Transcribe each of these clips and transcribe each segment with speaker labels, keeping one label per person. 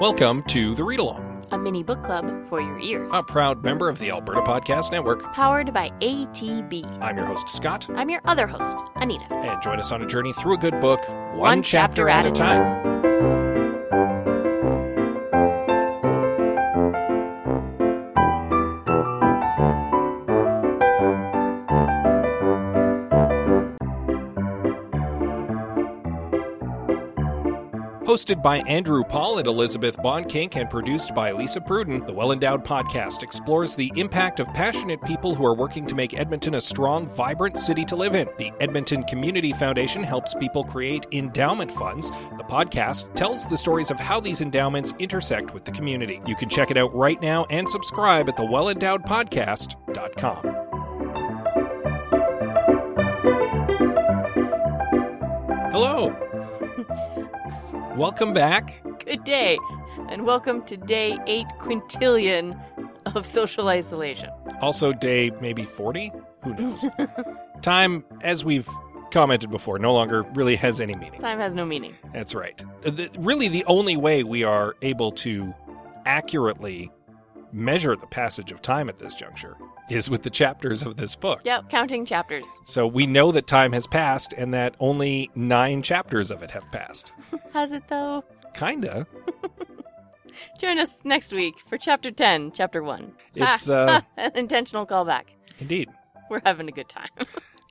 Speaker 1: Welcome to the Read Along,
Speaker 2: a mini book club for your ears.
Speaker 1: a proud member of the Alberta Podcast Network.
Speaker 2: Powered by ATB.
Speaker 1: I'm your host, Scott,
Speaker 2: I'm your other host, Anita.
Speaker 1: and join us on a journey through a good book, one,
Speaker 2: One
Speaker 1: chapter,
Speaker 2: chapter
Speaker 1: at
Speaker 2: at
Speaker 1: a
Speaker 2: a
Speaker 1: time. Hosted by Andrew Paul and Elizabeth Bonkink and produced by Lisa Pruden, the Well Endowed Podcast explores the impact of passionate people who are working to make Edmonton a strong, vibrant city to live in. The Edmonton Community Foundation helps people create endowment funds. The podcast tells the stories of how these endowments intersect with the community. You can check it out right now and subscribe at thewellendowedpodcast.com. Hello. Welcome back.
Speaker 2: Good day, and welcome to day eight quintillion of social isolation.
Speaker 1: Also, day maybe 40? Who knows? Time, as we've commented before, no longer really has any meaning.
Speaker 2: Time has no meaning.
Speaker 1: That's right. Uh, the- really, the only way we are able to accurately measure the passage of time at this juncture is with the chapters of this book.
Speaker 2: Yep, counting chapters.
Speaker 1: So we know that time has passed and that only nine chapters of it have passed.
Speaker 2: Has it though?
Speaker 1: Kinda.
Speaker 2: Join us next week for chapter 10, chapter 1. Ha,
Speaker 1: It's, uh,
Speaker 2: ha, an intentional callback.
Speaker 1: indeed.
Speaker 2: We're having a good time.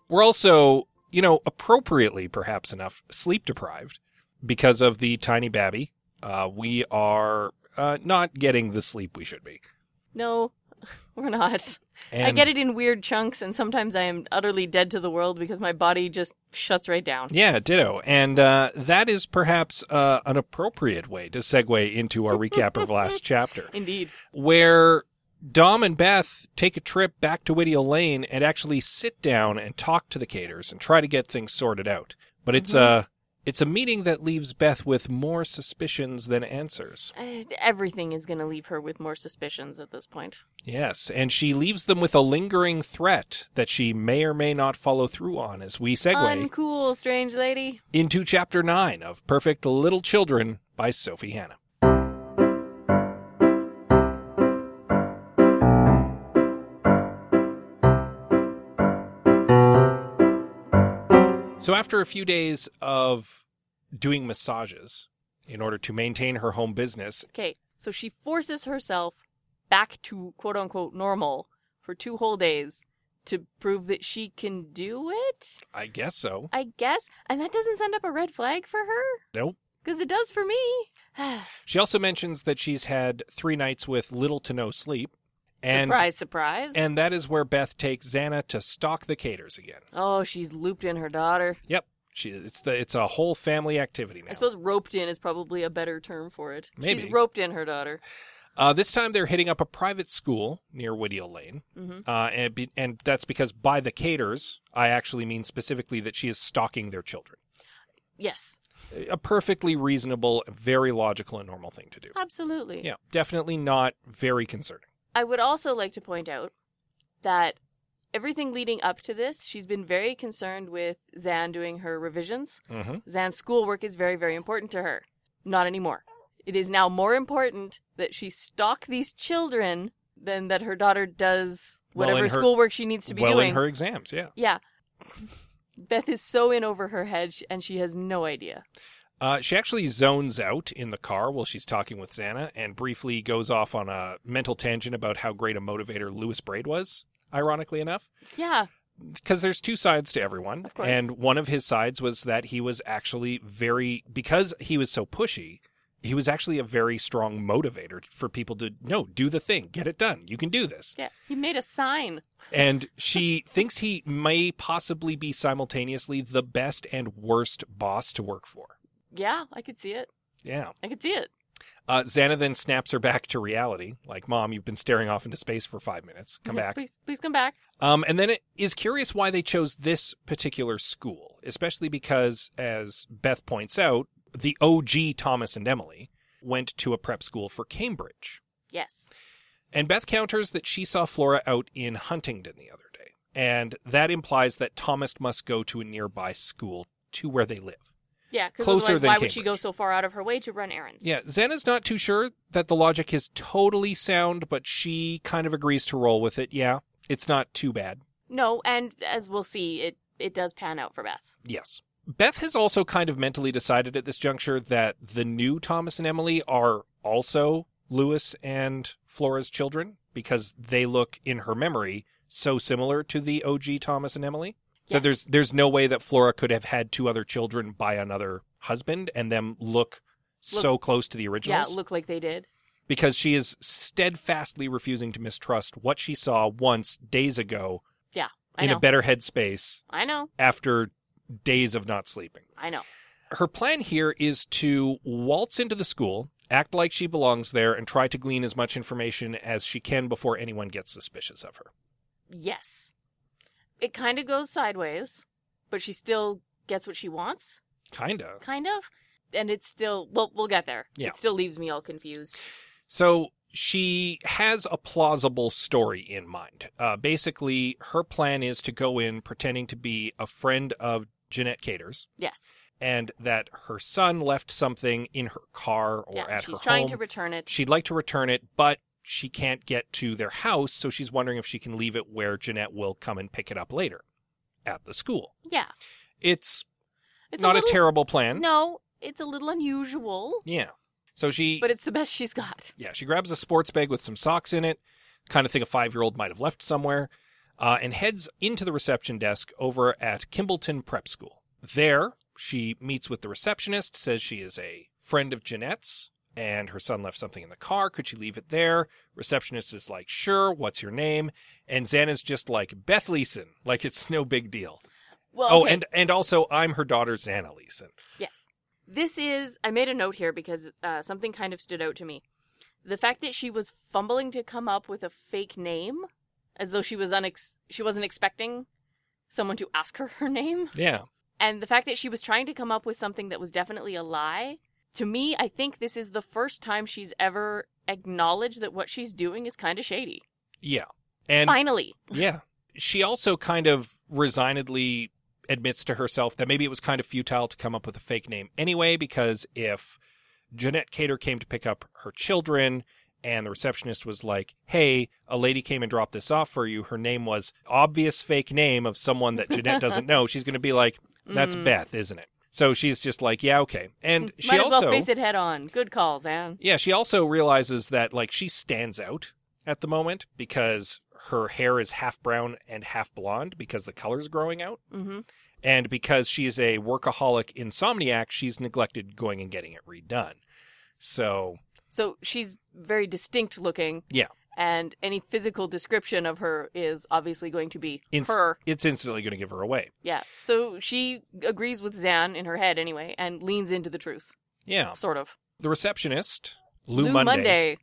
Speaker 1: We're also, you know, appropriately, perhaps enough, sleep deprived because of the tiny babby. Uh, we are uh, not getting the sleep we should be.
Speaker 2: No, we're not.
Speaker 1: And
Speaker 2: I get it in weird chunks, and sometimes I am utterly dead to the world because my body just shuts right down.
Speaker 1: Yeah, ditto. And uh, that is perhaps uh, an appropriate way to segue into our recap of last chapter,
Speaker 2: Indeed.
Speaker 1: where Dom and Beth take a trip back to Whittier Lane and actually sit down and talk to the caters and try to get things sorted out. But it's
Speaker 2: Mm-hmm.
Speaker 1: a it's a meeting that leaves Beth with more suspicions than answers.
Speaker 2: Uh, Everything is going to leave her with more suspicions at this point.
Speaker 1: Yes, and she leaves them with a lingering threat that she may or may not follow through on as we segue
Speaker 2: Uncool, strange lady.
Speaker 1: into Chapter 9 of Perfect Little Children by Sophie Hannah. So, after a few days of doing massages in order to maintain her home business,
Speaker 2: Okay, so she forces herself back to quote unquote normal for two whole days to prove that she can do it,
Speaker 1: I guess so.
Speaker 2: I guess. And that doesn't send up a red flag for her?
Speaker 1: Nope.
Speaker 2: Because it does for me.
Speaker 1: She also mentions that she's had three nights with little to no sleep. And,
Speaker 2: surprise, surprise.
Speaker 1: And that is where Beth takes Xana to stalk the caters again.
Speaker 2: oh, she's looped in her daughter.
Speaker 1: Yep. She, it's the it's a whole family activity now.
Speaker 2: I suppose roped in is probably a better term for it.
Speaker 1: Maybe.
Speaker 2: She's roped in her daughter.
Speaker 1: uh, this time they're hitting up a private school near Whittier Lane,
Speaker 2: hmm
Speaker 1: uh, and be, and that's because by the caters I actually mean specifically that she is stalking their children.
Speaker 2: Yes,
Speaker 1: A perfectly reasonable, very logical, and normal thing to do.
Speaker 2: absolutely.
Speaker 1: Yeah, definitely not very concerning.
Speaker 2: I would also like to point out that everything leading up to this, she's been very concerned with Zan doing her revisions.
Speaker 1: Mm-hmm.
Speaker 2: Zan's schoolwork is very, very important to her. Not anymore. It is now more important that she stalk these children than that her daughter does
Speaker 1: Well,
Speaker 2: whatever
Speaker 1: in her-
Speaker 2: schoolwork she needs to be
Speaker 1: well,
Speaker 2: doing.
Speaker 1: in her exams, yeah.
Speaker 2: Yeah. Beth is so in over her head sh- and she has no idea.
Speaker 1: Uh, she actually zones out in the car while she's talking with Xana and briefly goes off on a mental tangent about how great a motivator Lewis Braid was, ironically enough.
Speaker 2: Yeah.
Speaker 1: Because there's two sides to everyone.
Speaker 2: Of course.
Speaker 1: And one of his sides was that he was actually very, because he was so pushy, he was actually a very strong motivator for people to, no, do the thing, get it done, you can do this.
Speaker 2: Yeah. He made a sign.
Speaker 1: And she thinks he may possibly be simultaneously the best and worst boss to work for.
Speaker 2: Yeah, I could see it.
Speaker 1: Yeah.
Speaker 2: I could see it.
Speaker 1: Uh, Xana then snaps her back to reality, like, Mom, you've been staring off into space for five minutes. Come back.
Speaker 2: Please please come back.
Speaker 1: Um, and then it is curious why they chose this particular school, especially because, as Beth points out, the OG Thomas and Emily went to a prep school for Cambridge.
Speaker 2: Yes.
Speaker 1: And Beth counters that she saw Flora out in Huntingdon the other day. And that implies that Thomas must go to a nearby school to where they live.
Speaker 2: Yeah, because
Speaker 1: Closer
Speaker 2: otherwise,
Speaker 1: than
Speaker 2: why would she go
Speaker 1: Cambridge.
Speaker 2: so far out of her way to run errands?
Speaker 1: Yeah, Xana's not too sure that the logic is totally sound, but she kind of agrees to roll with it. Yeah, it's not too bad.
Speaker 2: No, and as we'll see, it it does pan out for Beth.
Speaker 1: Yes. Beth has also kind of mentally decided at this juncture that the new Thomas and Emily are also Lewis and Flora's children because they look in her memory so similar to the OG Thomas and Emily
Speaker 2: Yes.
Speaker 1: that there's there's no way that Flora could have had two other children by another husband and them look, so close to the
Speaker 2: yeah,
Speaker 1: originals
Speaker 2: look like they did.
Speaker 1: because she is steadfastly refusing to mistrust what she saw once days ago
Speaker 2: I
Speaker 1: in
Speaker 2: know.
Speaker 1: a better headspace
Speaker 2: I know.
Speaker 1: after days of not sleeping.
Speaker 2: I know.
Speaker 1: Her plan here is to waltz into the school, act like she belongs there, and try to glean as much information as she can before anyone gets suspicious of her.
Speaker 2: Yes. It kind of goes sideways, but she still gets what she wants,
Speaker 1: Kinda.
Speaker 2: kind of. And it's still, well, we'll get there.
Speaker 1: Yeah.
Speaker 2: It still leaves me all confused.
Speaker 1: So she has a plausible story in mind. Uh, basically, her plan is to go in pretending to be a friend of Jeanette Cater's.
Speaker 2: Yes.
Speaker 1: and that her son left something in her car or
Speaker 2: yeah.
Speaker 1: at
Speaker 2: She's
Speaker 1: her
Speaker 2: trying
Speaker 1: home.
Speaker 2: to return it.
Speaker 1: She'd like to return it, but she can't get to their house, so she's wondering if she can leave it where Jeanette will come and pick it up later at the school.
Speaker 2: Yeah.
Speaker 1: It's,
Speaker 2: It's
Speaker 1: not a,
Speaker 2: a, little,
Speaker 1: terrible plan.
Speaker 2: No, it's a little unusual,
Speaker 1: Yeah. So she
Speaker 2: but it's the best she's got.
Speaker 1: yeah, she grabs a sports bag with some socks in it, kind of thing a 5-year-old might have left somewhere, uh, and heads into the reception desk over at Kimbleton Prep School. There, she meets with the receptionist, says she is a friend of Jeanette's, and her son left something in the car. Could she leave it there? Receptionist is like, sure, what's your name? And Xana's just like, Beth Leeson, like it's no big deal.
Speaker 2: Well,
Speaker 1: Oh,
Speaker 2: okay.
Speaker 1: and, and also, I'm her daughter, Xana Leeson.
Speaker 2: Yes. This is, I made a note here because uh, something kind of stood out to me. The fact that she was fumbling to come up with a fake name, as though she was unex- she wasn't expecting someone to ask her her name,
Speaker 1: Yeah.
Speaker 2: and the fact that she was trying to come up with something that was definitely a lie. To me, I think this is the first time she's ever acknowledged that what she's doing is kind of shady.
Speaker 1: Yeah. And
Speaker 2: Finally,
Speaker 1: Yeah. She also kind of resignedly admits to herself that maybe it was kind of futile to come up with a fake name anyway, because if Jeanette Cater came to pick up her children and the receptionist was like, hey, a lady came and dropped this off for you, her name was obvious fake name of someone that Jeanette doesn't know, she's going to be like, that's
Speaker 2: Mm.
Speaker 1: Beth, isn't it? So she's just like, yeah, okay. And she
Speaker 2: might as
Speaker 1: also
Speaker 2: well face it head on. Good calls, Anne.
Speaker 1: yeah, she also realizes that like she stands out at the moment because her hair is half brown and half blonde because the color's growing out.
Speaker 2: hmm
Speaker 1: And because she's a workaholic insomniac, she's neglected going and getting it redone. So
Speaker 2: So she's very distinct looking.
Speaker 1: Yeah.
Speaker 2: And any physical description of her is obviously going to be
Speaker 1: Inst-
Speaker 2: her.
Speaker 1: it's instantly going to give her away.
Speaker 2: Yeah. So she agrees with Zan in her head anyway and leans into the truth,
Speaker 1: Yeah.
Speaker 2: sort of.
Speaker 1: The receptionist, Lou,
Speaker 2: Lou
Speaker 1: Oh. Monday,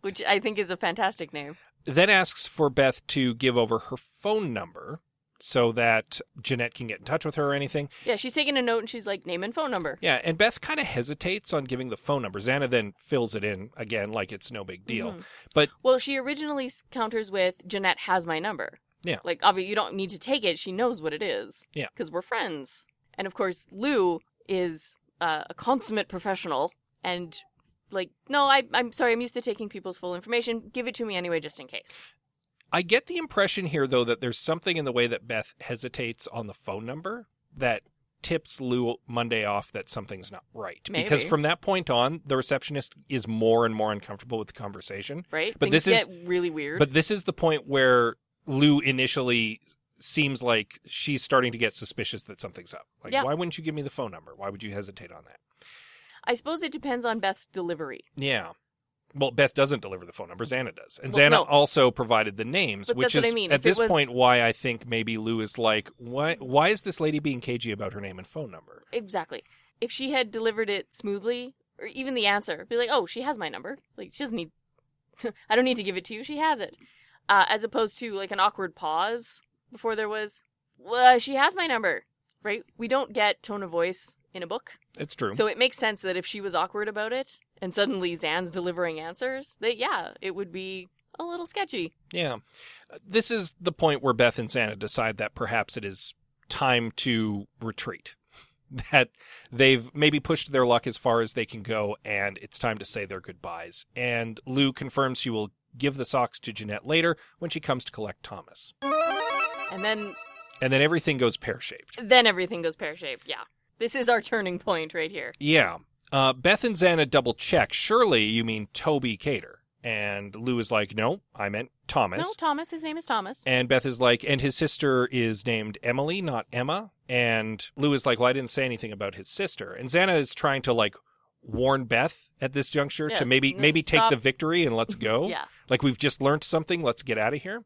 Speaker 2: which I think is a fantastic name.
Speaker 1: then asks for Beth to give over her phone number so that Jeanette can get in touch with her or anything.
Speaker 2: Yeah, she's taking a note and she's like, name and phone number.
Speaker 1: Yeah, and Beth kind of hesitates on giving the phone number. Xana then fills it in again like it's no big deal.
Speaker 2: Mhm.
Speaker 1: But-
Speaker 2: Well, she originally s- counters with, Jeanette has my number.
Speaker 1: Yeah.
Speaker 2: Like, obviously, you don't need to take it. She knows what it is.
Speaker 1: Yeah.
Speaker 2: Because we're friends. And of course, Lou is uh, a consummate professional and, like, no, I, I'm sorry, I'm used to taking people's full information. Give it to me anyway, just in case.
Speaker 1: I get the impression here, though, that there's something in the way that Beth hesitates on the phone number that tips Lou Monday off that something's not right. Because
Speaker 2: Maybe.
Speaker 1: from that point on, the receptionist is more and more uncomfortable with the conversation.
Speaker 2: Right?
Speaker 1: But
Speaker 2: Things
Speaker 1: this is-
Speaker 2: get really weird.
Speaker 1: But this is the point where Lou initially seems like she's starting to get suspicious that something's up. Like,
Speaker 2: Yeah.
Speaker 1: why wouldn't you give me the phone number? Why would you hesitate on that?
Speaker 2: I suppose it depends on Beth's delivery.
Speaker 1: Yeah. Well, Beth doesn't deliver the phone number. Xana does, and
Speaker 2: Well,
Speaker 1: Xana
Speaker 2: no.
Speaker 1: also provided the names,
Speaker 2: But
Speaker 1: which
Speaker 2: that's what
Speaker 1: is
Speaker 2: I mean.
Speaker 1: at
Speaker 2: If it
Speaker 1: this
Speaker 2: was-
Speaker 1: point why I think maybe Lou is like, why? Why is this lady being cagey about her name and phone number?
Speaker 2: Exactly. If she had delivered it smoothly, or even the answer, be like, oh, she has my number. Like, she doesn't need, I don't need to give it to you. She has it. Uh, as opposed to like an awkward pause before there was, well, she has my number, right? We don't get tone of voice in a book.
Speaker 1: It's true.
Speaker 2: So it makes sense that if she was awkward about it and suddenly Zan's delivering answers, that yeah, it would be a little sketchy.
Speaker 1: yeah, this is the point where Beth and Xana decide that perhaps it is time to retreat. that they've maybe pushed their luck as far as they can go and it's time to say their goodbyes. And Lou confirms she will give the socks to Jeanette later when she comes to collect Thomas.
Speaker 2: And then
Speaker 1: And then everything goes pear shaped.
Speaker 2: then everything goes pear shaped. Yeah. This is our turning point right here.
Speaker 1: Yeah. Uh, Beth and Xana double check. Surely you mean Toby Cater. And Lou is like, no, I meant Thomas.
Speaker 2: No, Thomas. His name is Thomas.
Speaker 1: And Beth is like, and his sister is named Emily, not Emma. And Lou is like, well, I didn't say anything about his sister. And Xana is trying to like warn Beth at this juncture
Speaker 2: Yeah,
Speaker 1: to maybe
Speaker 2: no,
Speaker 1: maybe take
Speaker 2: stop.
Speaker 1: the victory and let's go.
Speaker 2: Yeah.
Speaker 1: Like we've just learned something, let's get out of here.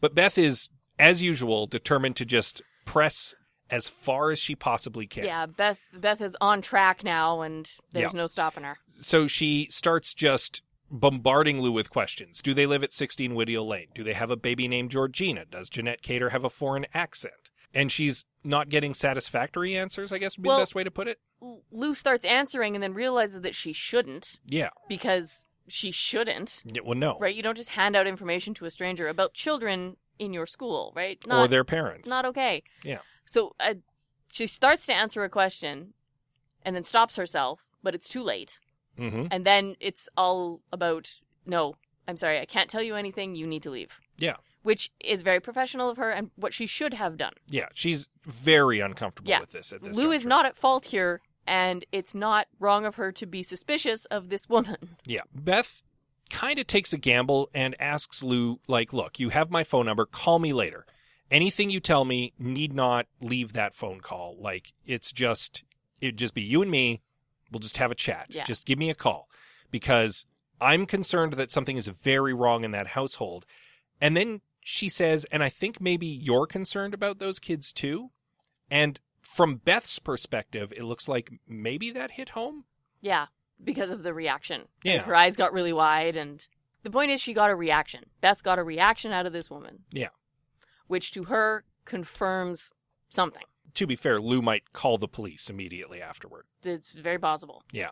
Speaker 1: But Beth is, as usual, determined to just press as far as she possibly can.
Speaker 2: Yeah. Beth. Beth is on track now, and there's no stopping her.
Speaker 1: so she starts just bombarding Lou with questions. Do they live at 16 Whittier Lane? Do they have a baby named Georgina? Does Jeanette Cater have a foreign accent? And she's not getting satisfactory answers, I guess would be
Speaker 2: Well-
Speaker 1: the best way to put it.
Speaker 2: L- Lou starts answering, and then realizes that she shouldn't
Speaker 1: Yeah.
Speaker 2: because she shouldn't.
Speaker 1: Yeah, Well, no.
Speaker 2: Right? You don't just hand out information to a stranger about children in your school, right?
Speaker 1: or their parents.
Speaker 2: not okay.
Speaker 1: Yeah.
Speaker 2: So uh, she starts to answer a question, and then stops herself, but it's too late.
Speaker 1: hmm
Speaker 2: And then it's all about no. I'm sorry, I can't tell you anything. You need to leave.
Speaker 1: Yeah.
Speaker 2: Which is very professional of her, and what she should have done.
Speaker 1: Yeah. She's very uncomfortable
Speaker 2: Yeah.
Speaker 1: with this at
Speaker 2: Lou
Speaker 1: this
Speaker 2: is
Speaker 1: juncture.
Speaker 2: not at fault here, and it's not wrong of her to be suspicious of this woman.
Speaker 1: Yeah. Beth kind of takes a gamble and asks Lou, like, look, you have my phone number. Call me later. Anything you tell me need not leave that phone call. Like, it's just, it'd just be you and me. We'll just have a chat.
Speaker 2: Yeah.
Speaker 1: Just give me a call because I'm concerned that something is very wrong in that household. And then she says, and I think maybe you're concerned about those kids too. And from Beth's perspective, it looks like maybe that hit home.
Speaker 2: Yeah, because of the reaction. And
Speaker 1: Yeah.
Speaker 2: her eyes got really wide, and the point is, she got a reaction. Beth got a reaction out of this woman.
Speaker 1: Yeah.
Speaker 2: Which to her confirms something.
Speaker 1: to be fair, Lou might call the police immediately afterward.
Speaker 2: It's very possible.
Speaker 1: Yeah.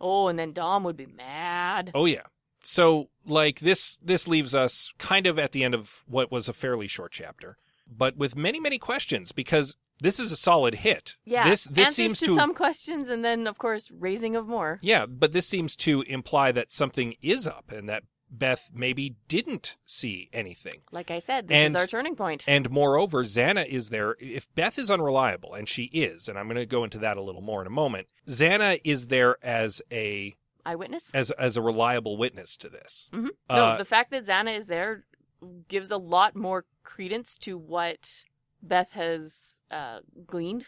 Speaker 2: Oh, and then Dom would be mad.
Speaker 1: Oh yeah. So like this this leaves us kind of at the end of what was a fairly short chapter, but with many many questions because this is a solid hit.
Speaker 2: Yeah.
Speaker 1: This this
Speaker 2: Answers
Speaker 1: seems
Speaker 2: to, some questions, and then of course raising of more.
Speaker 1: Yeah, but this seems to imply that something is up and that Beth maybe didn't see anything.
Speaker 2: Like I said, this is
Speaker 1: And-
Speaker 2: our turning point.
Speaker 1: And moreover, Xana is there. If Beth is unreliable, and she is, and I'm going to go into that a little more in a moment, Xana is there as a
Speaker 2: Eyewitness.
Speaker 1: as as a reliable witness to this.
Speaker 2: Mhm.
Speaker 1: Uh,
Speaker 2: no, the fact that Xana is there gives a lot more credence to what Beth has uh, gleaned.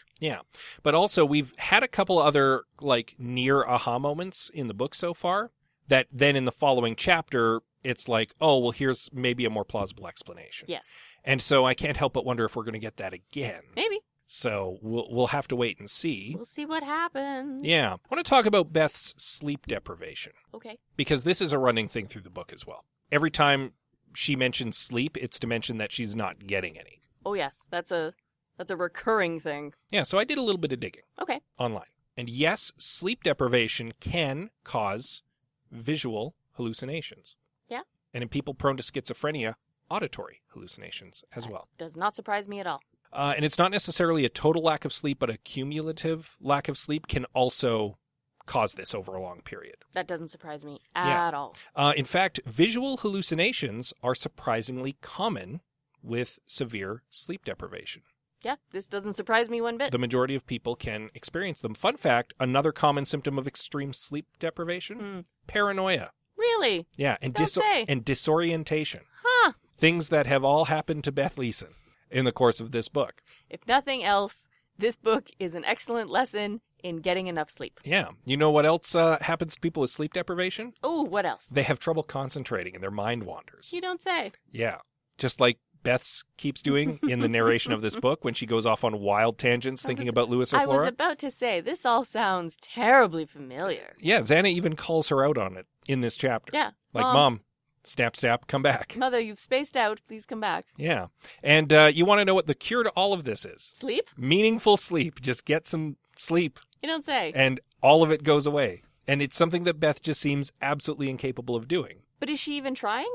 Speaker 1: but also we've had a couple other like near aha moments in the book so far that then in the following chapter it's like oh well here's maybe a more plausible explanation
Speaker 2: Yes,
Speaker 1: and so i can't help but wonder if we're going to get that again
Speaker 2: maybe
Speaker 1: so we'll, we'll have to wait and see
Speaker 2: we'll see what happens.
Speaker 1: yeah i want to talk about beth's sleep deprivation
Speaker 2: Okay.
Speaker 1: because this is a running thing through the book as well every time she mentions sleep it's to mention that she's not getting any
Speaker 2: Oh yes, that's a that's a recurring thing.
Speaker 1: yeah so i did a little bit of digging
Speaker 2: Okay.
Speaker 1: online. And yes, sleep deprivation can cause visual hallucinations.
Speaker 2: Yeah.
Speaker 1: And in people prone to schizophrenia, auditory hallucinations as
Speaker 2: Right.
Speaker 1: well.
Speaker 2: Does not surprise me at all.
Speaker 1: Uh, and it's not necessarily a total lack of sleep, but a cumulative lack of sleep can also cause this over a long period.
Speaker 2: That doesn't surprise me
Speaker 1: Yeah.
Speaker 2: at all.
Speaker 1: Uh, in fact, visual hallucinations are surprisingly common with severe sleep deprivation.
Speaker 2: Yeah, this doesn't surprise me one bit.
Speaker 1: The majority of people can experience them. Fun fact another common symptom of extreme sleep deprivation
Speaker 2: Hmm.
Speaker 1: paranoia.
Speaker 2: Really?
Speaker 1: Yeah, and
Speaker 2: Don't
Speaker 1: dis-
Speaker 2: say.
Speaker 1: and disorientation.
Speaker 2: Huh.
Speaker 1: Things that have all happened to Beth Leeson in the course of this book.
Speaker 2: If nothing else, this book is an excellent lesson in getting enough sleep.
Speaker 1: Yeah. You know what else uh, happens to people with sleep deprivation?
Speaker 2: Oh, what else?
Speaker 1: They have trouble concentrating and their mind wanders.
Speaker 2: You don't say.
Speaker 1: Yeah. Just like Beth's keeps doing in the narration of this book when she goes off on wild tangents
Speaker 2: I
Speaker 1: thinking
Speaker 2: was-
Speaker 1: about Lewis or
Speaker 2: I was
Speaker 1: Flora.
Speaker 2: about to say this all sounds terribly familiar.
Speaker 1: yeah, Xana even calls her out on it in this chapter.
Speaker 2: Yeah. um,
Speaker 1: Like,
Speaker 2: Mom.
Speaker 1: Mom, snap, snap, come back.
Speaker 2: Mother, you've spaced out. Please come back.
Speaker 1: Yeah. And uh, you want to know what the cure to all of this is?
Speaker 2: Sleep?
Speaker 1: Meaningful sleep. Just get some sleep.
Speaker 2: You don't say.
Speaker 1: and all of it goes away. And it's something that Beth just seems absolutely incapable of doing.
Speaker 2: But is she even trying?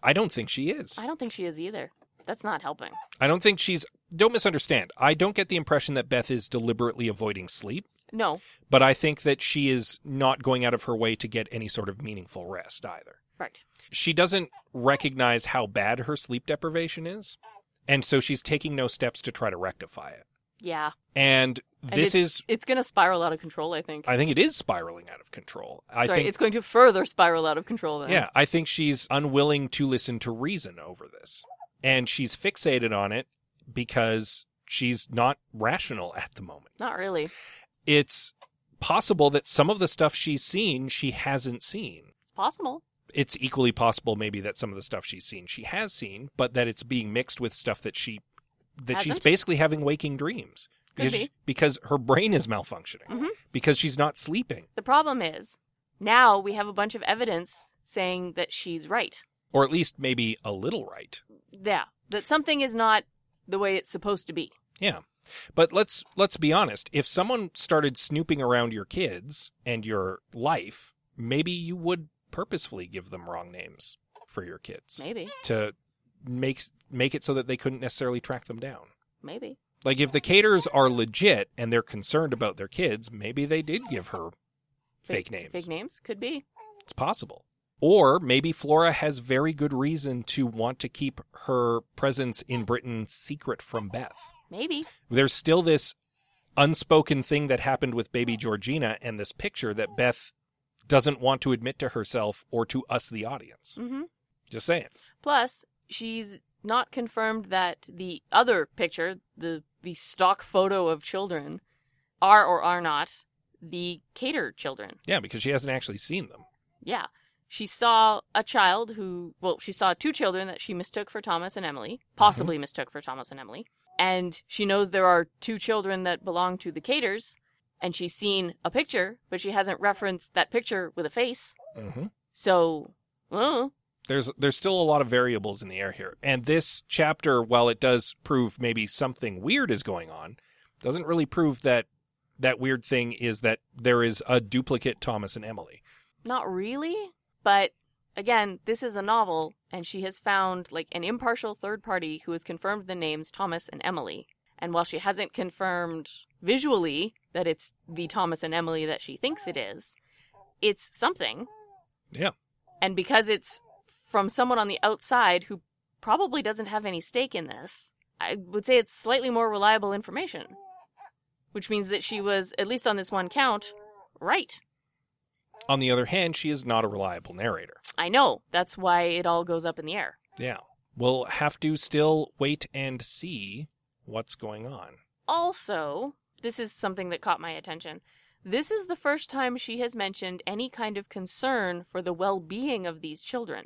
Speaker 1: I don't think she is.
Speaker 2: I don't think she is either. That's not helping.
Speaker 1: I don't think she's don't misunderstand. I don't get the impression that Beth is deliberately avoiding sleep,
Speaker 2: No,
Speaker 1: but I think that she is not going out of her way to get any sort of meaningful rest either.
Speaker 2: right.
Speaker 1: She doesn't recognize how bad her sleep deprivation is, and so she's taking no steps to try to rectify it.
Speaker 2: Yeah.
Speaker 1: And
Speaker 2: And
Speaker 1: this
Speaker 2: it's-
Speaker 1: is
Speaker 2: it's going to spiral out of control, I think.
Speaker 1: I think it is spiraling out of control. I
Speaker 2: Sorry,
Speaker 1: think
Speaker 2: it's going to further spiral out of control then.
Speaker 1: Yeah, I think she's unwilling to listen to reason over this. And she's fixated on it because she's not rational at the moment.
Speaker 2: Not really.
Speaker 1: It's possible that some of the stuff she's seen, she hasn't seen.
Speaker 2: It's possible.
Speaker 1: It's equally possible maybe that some of the stuff she's seen, she has seen, but that it's being mixed with stuff that she that she's
Speaker 2: Hasn't?
Speaker 1: basically having waking dreams.
Speaker 2: Could
Speaker 1: because,
Speaker 2: be.
Speaker 1: because her brain is malfunctioning.
Speaker 2: Mhm.
Speaker 1: Because she's not sleeping.
Speaker 2: The problem is now we have a bunch of evidence saying that she's right.
Speaker 1: Or at least maybe a little right.
Speaker 2: Yeah, that something is not the way it's supposed to be.
Speaker 1: Yeah. But let's let's be honest. If someone started snooping around your kids and your life, maybe you would purposefully give them wrong names for your kids
Speaker 2: Maybe,
Speaker 1: to make make it so that they couldn't necessarily track them down.
Speaker 2: maybe.
Speaker 1: Like if the caterers are legit and they're concerned about their kids, maybe they did give her fake, names.
Speaker 2: Fake names could be.
Speaker 1: It's possible. Or maybe Flora has very good reason to want to keep her presence in Britain secret from Beth
Speaker 2: Maybe.
Speaker 1: there's still this unspoken thing that happened with baby Georgina and this picture that Beth doesn't want to admit to herself or to us, the audience.
Speaker 2: hmm
Speaker 1: Just saying.
Speaker 2: Plus, she's not confirmed that the other picture, the the stock photo of children, are or are not the cater children.
Speaker 1: Yeah, because she hasn't actually seen them.
Speaker 2: Yeah. She saw a child who, well, she saw two children that she mistook for Thomas and Emily, possibly mistook for Thomas and Emily. And she knows there are two children that belong to the Caters, and she's seen a picture, but she hasn't referenced that picture with a face.
Speaker 1: Mm-hmm.
Speaker 2: So, uh,
Speaker 1: There's there's still a lot of variables in the air here, and this chapter, while it does prove maybe something weird is going on, doesn't really prove that that weird thing is that there is a duplicate Thomas and Emily.
Speaker 2: not really. But again, this is a novel, and she has found like an impartial third party who has confirmed the names Thomas and Emily. And while she hasn't confirmed visually that it's the Thomas and Emily that she thinks it is, it's something.
Speaker 1: Yeah.
Speaker 2: And because it's from someone on the outside who probably doesn't have any stake in this, I would say it's slightly more reliable information. Which means that she was, at least on this one count, right.
Speaker 1: On the other hand, she is not a reliable narrator.
Speaker 2: I know. That's why it all goes up in the air.
Speaker 1: Yeah. We'll have to still wait and see what's going on.
Speaker 2: Also, this is something that caught my attention. This is the first time she has mentioned any kind of concern for the well being of these children.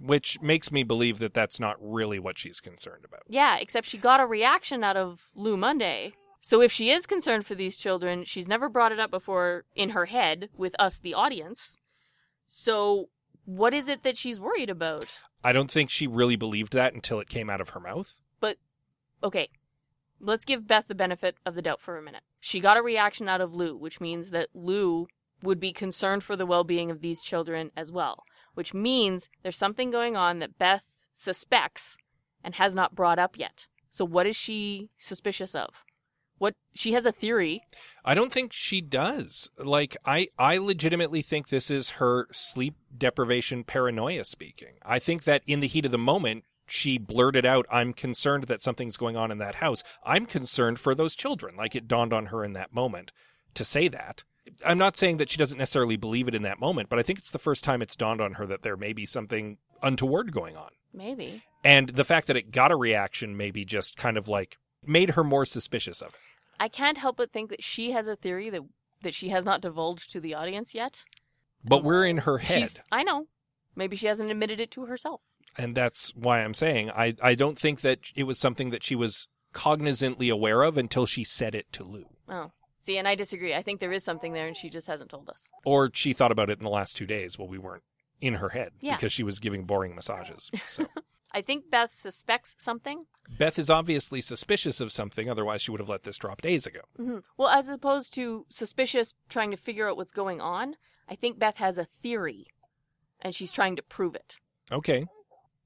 Speaker 1: Which makes me believe that that's not really what she's concerned about.
Speaker 2: Yeah, except she got a reaction out of Lou Monday. So if she is concerned for these children, she's never brought it up before in her head with us, the audience. So what is it that she's worried about?
Speaker 1: I don't think she really believed that until it came out of her mouth.
Speaker 2: okay, let's give Beth the benefit of the doubt for a minute. She got a reaction out of Lou, which means that Lou would be concerned for the well being of these children as well, which means there's something going on that Beth suspects and has not brought up yet. So, what is she suspicious of? What she has a theory.
Speaker 1: I don't think she does. Like I I legitimately think this is her sleep deprivation paranoia speaking. I think that in the heat of the moment she blurted out I'm concerned that something's going on in that house. I'm concerned for those children. Like it dawned on her in that moment to say that. I'm not saying that she doesn't necessarily believe it in that moment, but I think it's the first time it's dawned on her that there may be something untoward going on.
Speaker 2: Maybe.
Speaker 1: And the fact that it got a reaction maybe just kind of like made her more suspicious of it.
Speaker 2: I can't help but think that she has a theory that that she has not divulged to the audience yet.
Speaker 1: But we're in her head.
Speaker 2: She's I know. Maybe she hasn't admitted it to herself.
Speaker 1: and that's why I'm saying I, I don't think that it was something that she was cognizantly aware of until she said it to Lou,
Speaker 2: Oh. See, and I disagree. I think there is something there, and she just hasn't told us.
Speaker 1: or she thought about it in the last two days while we weren't in her head
Speaker 2: Yeah.
Speaker 1: because she was giving boring massages. So
Speaker 2: I think Beth suspects something.
Speaker 1: Beth is obviously suspicious of something, otherwise she would have let this drop days ago.
Speaker 2: Mm-hmm. Well, as opposed to suspicious trying to figure out what's going on, I think Beth has a theory, and she's trying to prove it.
Speaker 1: Okay.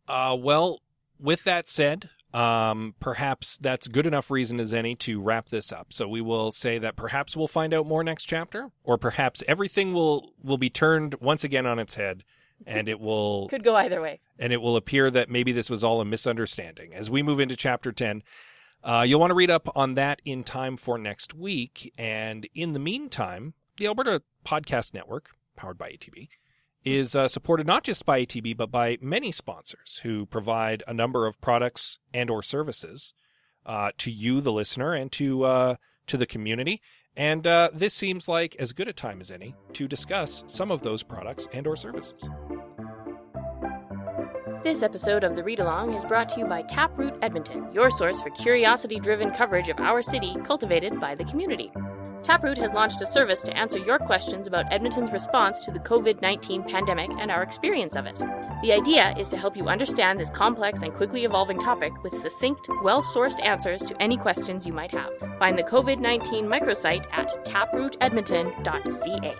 Speaker 1: Uh, well, with that said, Um, perhaps that's good enough reason as any to wrap this up. So we will say that perhaps we'll find out more next chapter, or perhaps everything will will be turned once again on its head, and it will
Speaker 2: Could go either way.
Speaker 1: and it will appear that maybe this was all a misunderstanding. As we move into chapter 10, uh, you'll want to read up on that in time for next week. And in the meantime, the Alberta Podcast Network, powered by ATB, is uh, supported not just by ATB, but by many sponsors who provide a number of products and or services uh, to you, the listener, and to uh, to the community. And uh, this seems like as good a time as any to discuss some of those products and or services.
Speaker 2: This episode of the Read Along is brought to you by Taproot Edmonton, your source for curiosity driven coverage of our city cultivated by the community. Taproot has launched a service to answer your questions about Edmonton's response to the COVID 19 pandemic and our experience of it. The idea is to help you understand this complex and quickly evolving topic with succinct, well sourced answers to any questions you might have. Find the COVID 19 microsite at taprootedmonton.ca.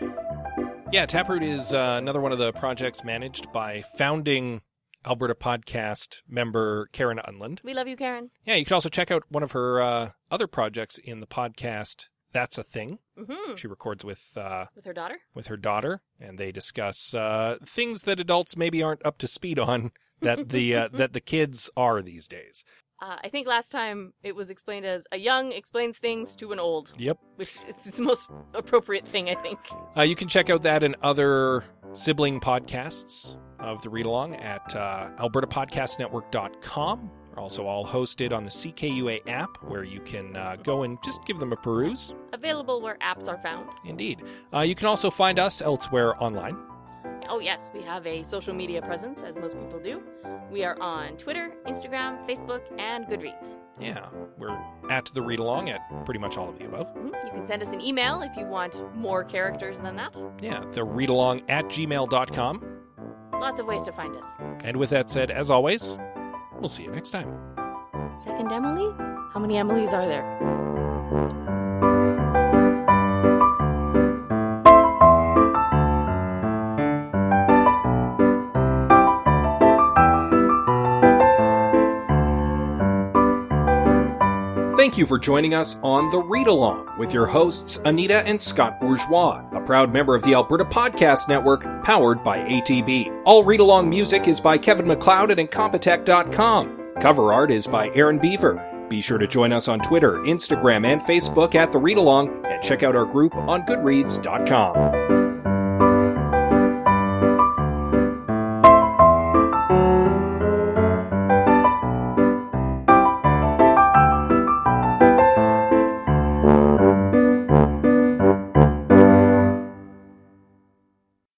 Speaker 1: Yeah, Taproot is uh, another one of the projects managed by founding Alberta podcast member Karen Unland.
Speaker 2: We love you, Karen.
Speaker 1: Yeah, you can also check out one of her uh, other projects in the podcast. That's a thing.
Speaker 2: hmm
Speaker 1: She records with uh,
Speaker 2: With her daughter?
Speaker 1: with her daughter, and they discuss uh, things that adults maybe aren't up to speed on that the uh, that the kids are these days.
Speaker 2: Uh, I think last time it was explained as a young explains things to an old,
Speaker 1: Yep.
Speaker 2: which is the most appropriate thing, I think.
Speaker 1: Uh, you can check out that and other sibling podcasts of the read along at uh, albertapodcastnetwork.com. They're also all hosted on the CKUA app where you can uh, go and just give them a peruse.
Speaker 2: Available where apps are found.
Speaker 1: Indeed. Uh, you can also find us elsewhere online.
Speaker 2: Oh, yes, we have a social media presence, as most people do. We are on Twitter, Instagram, Facebook, and Goodreads.
Speaker 1: Yeah, we're at the read along at pretty much all of the above.
Speaker 2: Mhm. You can send us an email if you want more characters than that.
Speaker 1: Yeah, the read along at gmail.com.
Speaker 2: Lots of ways to find us.
Speaker 1: And with that said, as always, we'll see you next time.
Speaker 2: Second Emily? How many Emilys are there?
Speaker 1: Thank you for joining us on The Read Along with your hosts, Anita and Scott Bourgeois, a proud member of the Alberta Podcast Network, powered by ATB. All read along music is by Kevin McLeod at Incompetech.com. Cover art is by Aaron Beaver. Be sure to join us on Twitter, Instagram, and Facebook at The Read Along, and check out our group on Goodreads.com.